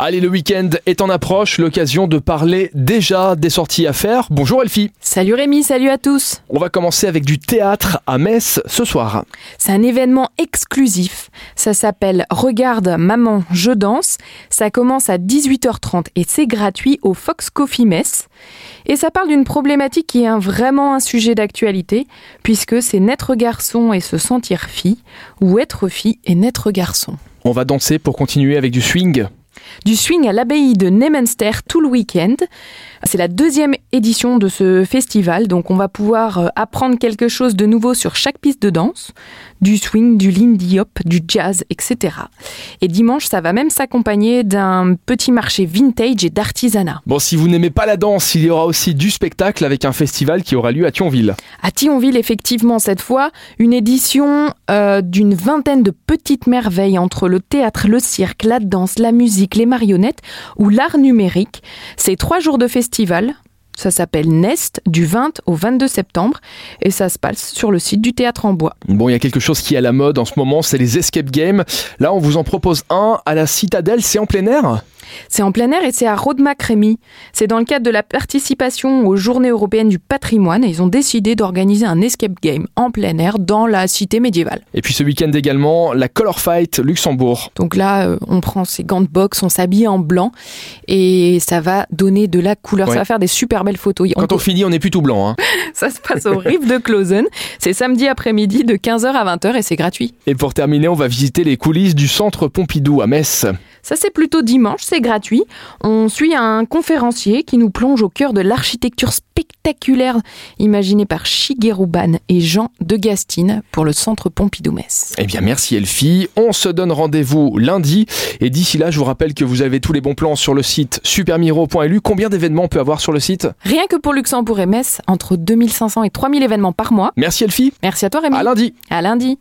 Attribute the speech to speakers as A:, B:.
A: Allez, le week-end est en approche, l'occasion de parler déjà des sorties à faire. Bonjour Elfie,
B: Salut Rémi, salut à tous.
A: on va commencer avec du théâtre à Metz ce soir.
B: C'est un événement exclusif. Ça s'appelle Regarde maman, je danse. Ça commence à 18h30 et c'est gratuit au Fox Coffee Mess. Et ça parle d'une problématique qui est un- vraiment un sujet d'actualité puisque c'est naître garçon et se sentir fille ou être fille et naître garçon.
A: On va danser pour continuer avec du swing.
B: du swing à l'abbaye de Nemenster tout le week-end. C'est la deuxième édition de ce festival, donc on va pouvoir euh, apprendre quelque chose de nouveau sur chaque piste de danse, du swing, du lindy hop, du jazz, etc. Et dimanche, ça va même s'accompagner d'un petit marché vintage et d'artisanat.
A: Bon, si vous n'aimez pas la danse, il y aura aussi du spectacle avec un festival qui aura lieu à Thionville.
B: À Thionville, effectivement, cette fois, une édition euh, d'une vingtaine de petites merveilles entre le théâtre, le cirque, la danse, la musique, les marionnettes ou l'art numérique. C'est trois jours de festival. Ça s'appelle Nest du 20 au 22 septembre et ça se passe sur le site du Théâtre en Bois.
A: Bon, il y a quelque chose qui est à la mode en ce moment, c'est les escape games. Là, on vous en propose un à la Citadelle, c'est en plein air
B: C'est en plein air et c'est à Rodemack Rémy. C'est dans le cadre de la participation aux Journées européennes du patrimoine et ils ont décidé d'organiser un escape game en plein air dans la cité médiévale.
A: Et puis ce week-end également, la Color Fight Luxembourg.
B: Donc là, euh, on prend ses gants de boxe, on s'habille en blanc et ça va donner de la couleur.
A: Ouais.
B: Ça va faire des super belles photos. On
A: Quand on finit, on est plutôt blanc. hein.
B: Ça se passe au Rive de Clausen. C'est samedi après-midi de 15h à 20h et c'est gratuit.
A: Et pour terminer, on va visiter les coulisses du centre Pompidou à Metz.
B: Ça, c'est plutôt dimanche, c'est gratuit. On suit un conférencier qui nous plonge au cœur de l'architecture spectaculaire imaginée par Shigeru Ban et Jean de Gastine pour le centre Pompidou-Metz.
A: Eh bien, merci Elfie. On se donne rendez-vous lundi. Et d'ici là, je vous rappelle que vous avez tous les bons plans sur le site supermiro.lu. Combien d'événements on peut avoir sur le site
B: Rien que pour Luxembourg et Metz, entre 2500 et 3000 événements par mois.
A: Merci Elfie.
B: Merci à toi, Rémi.
A: À lundi.
B: À lundi.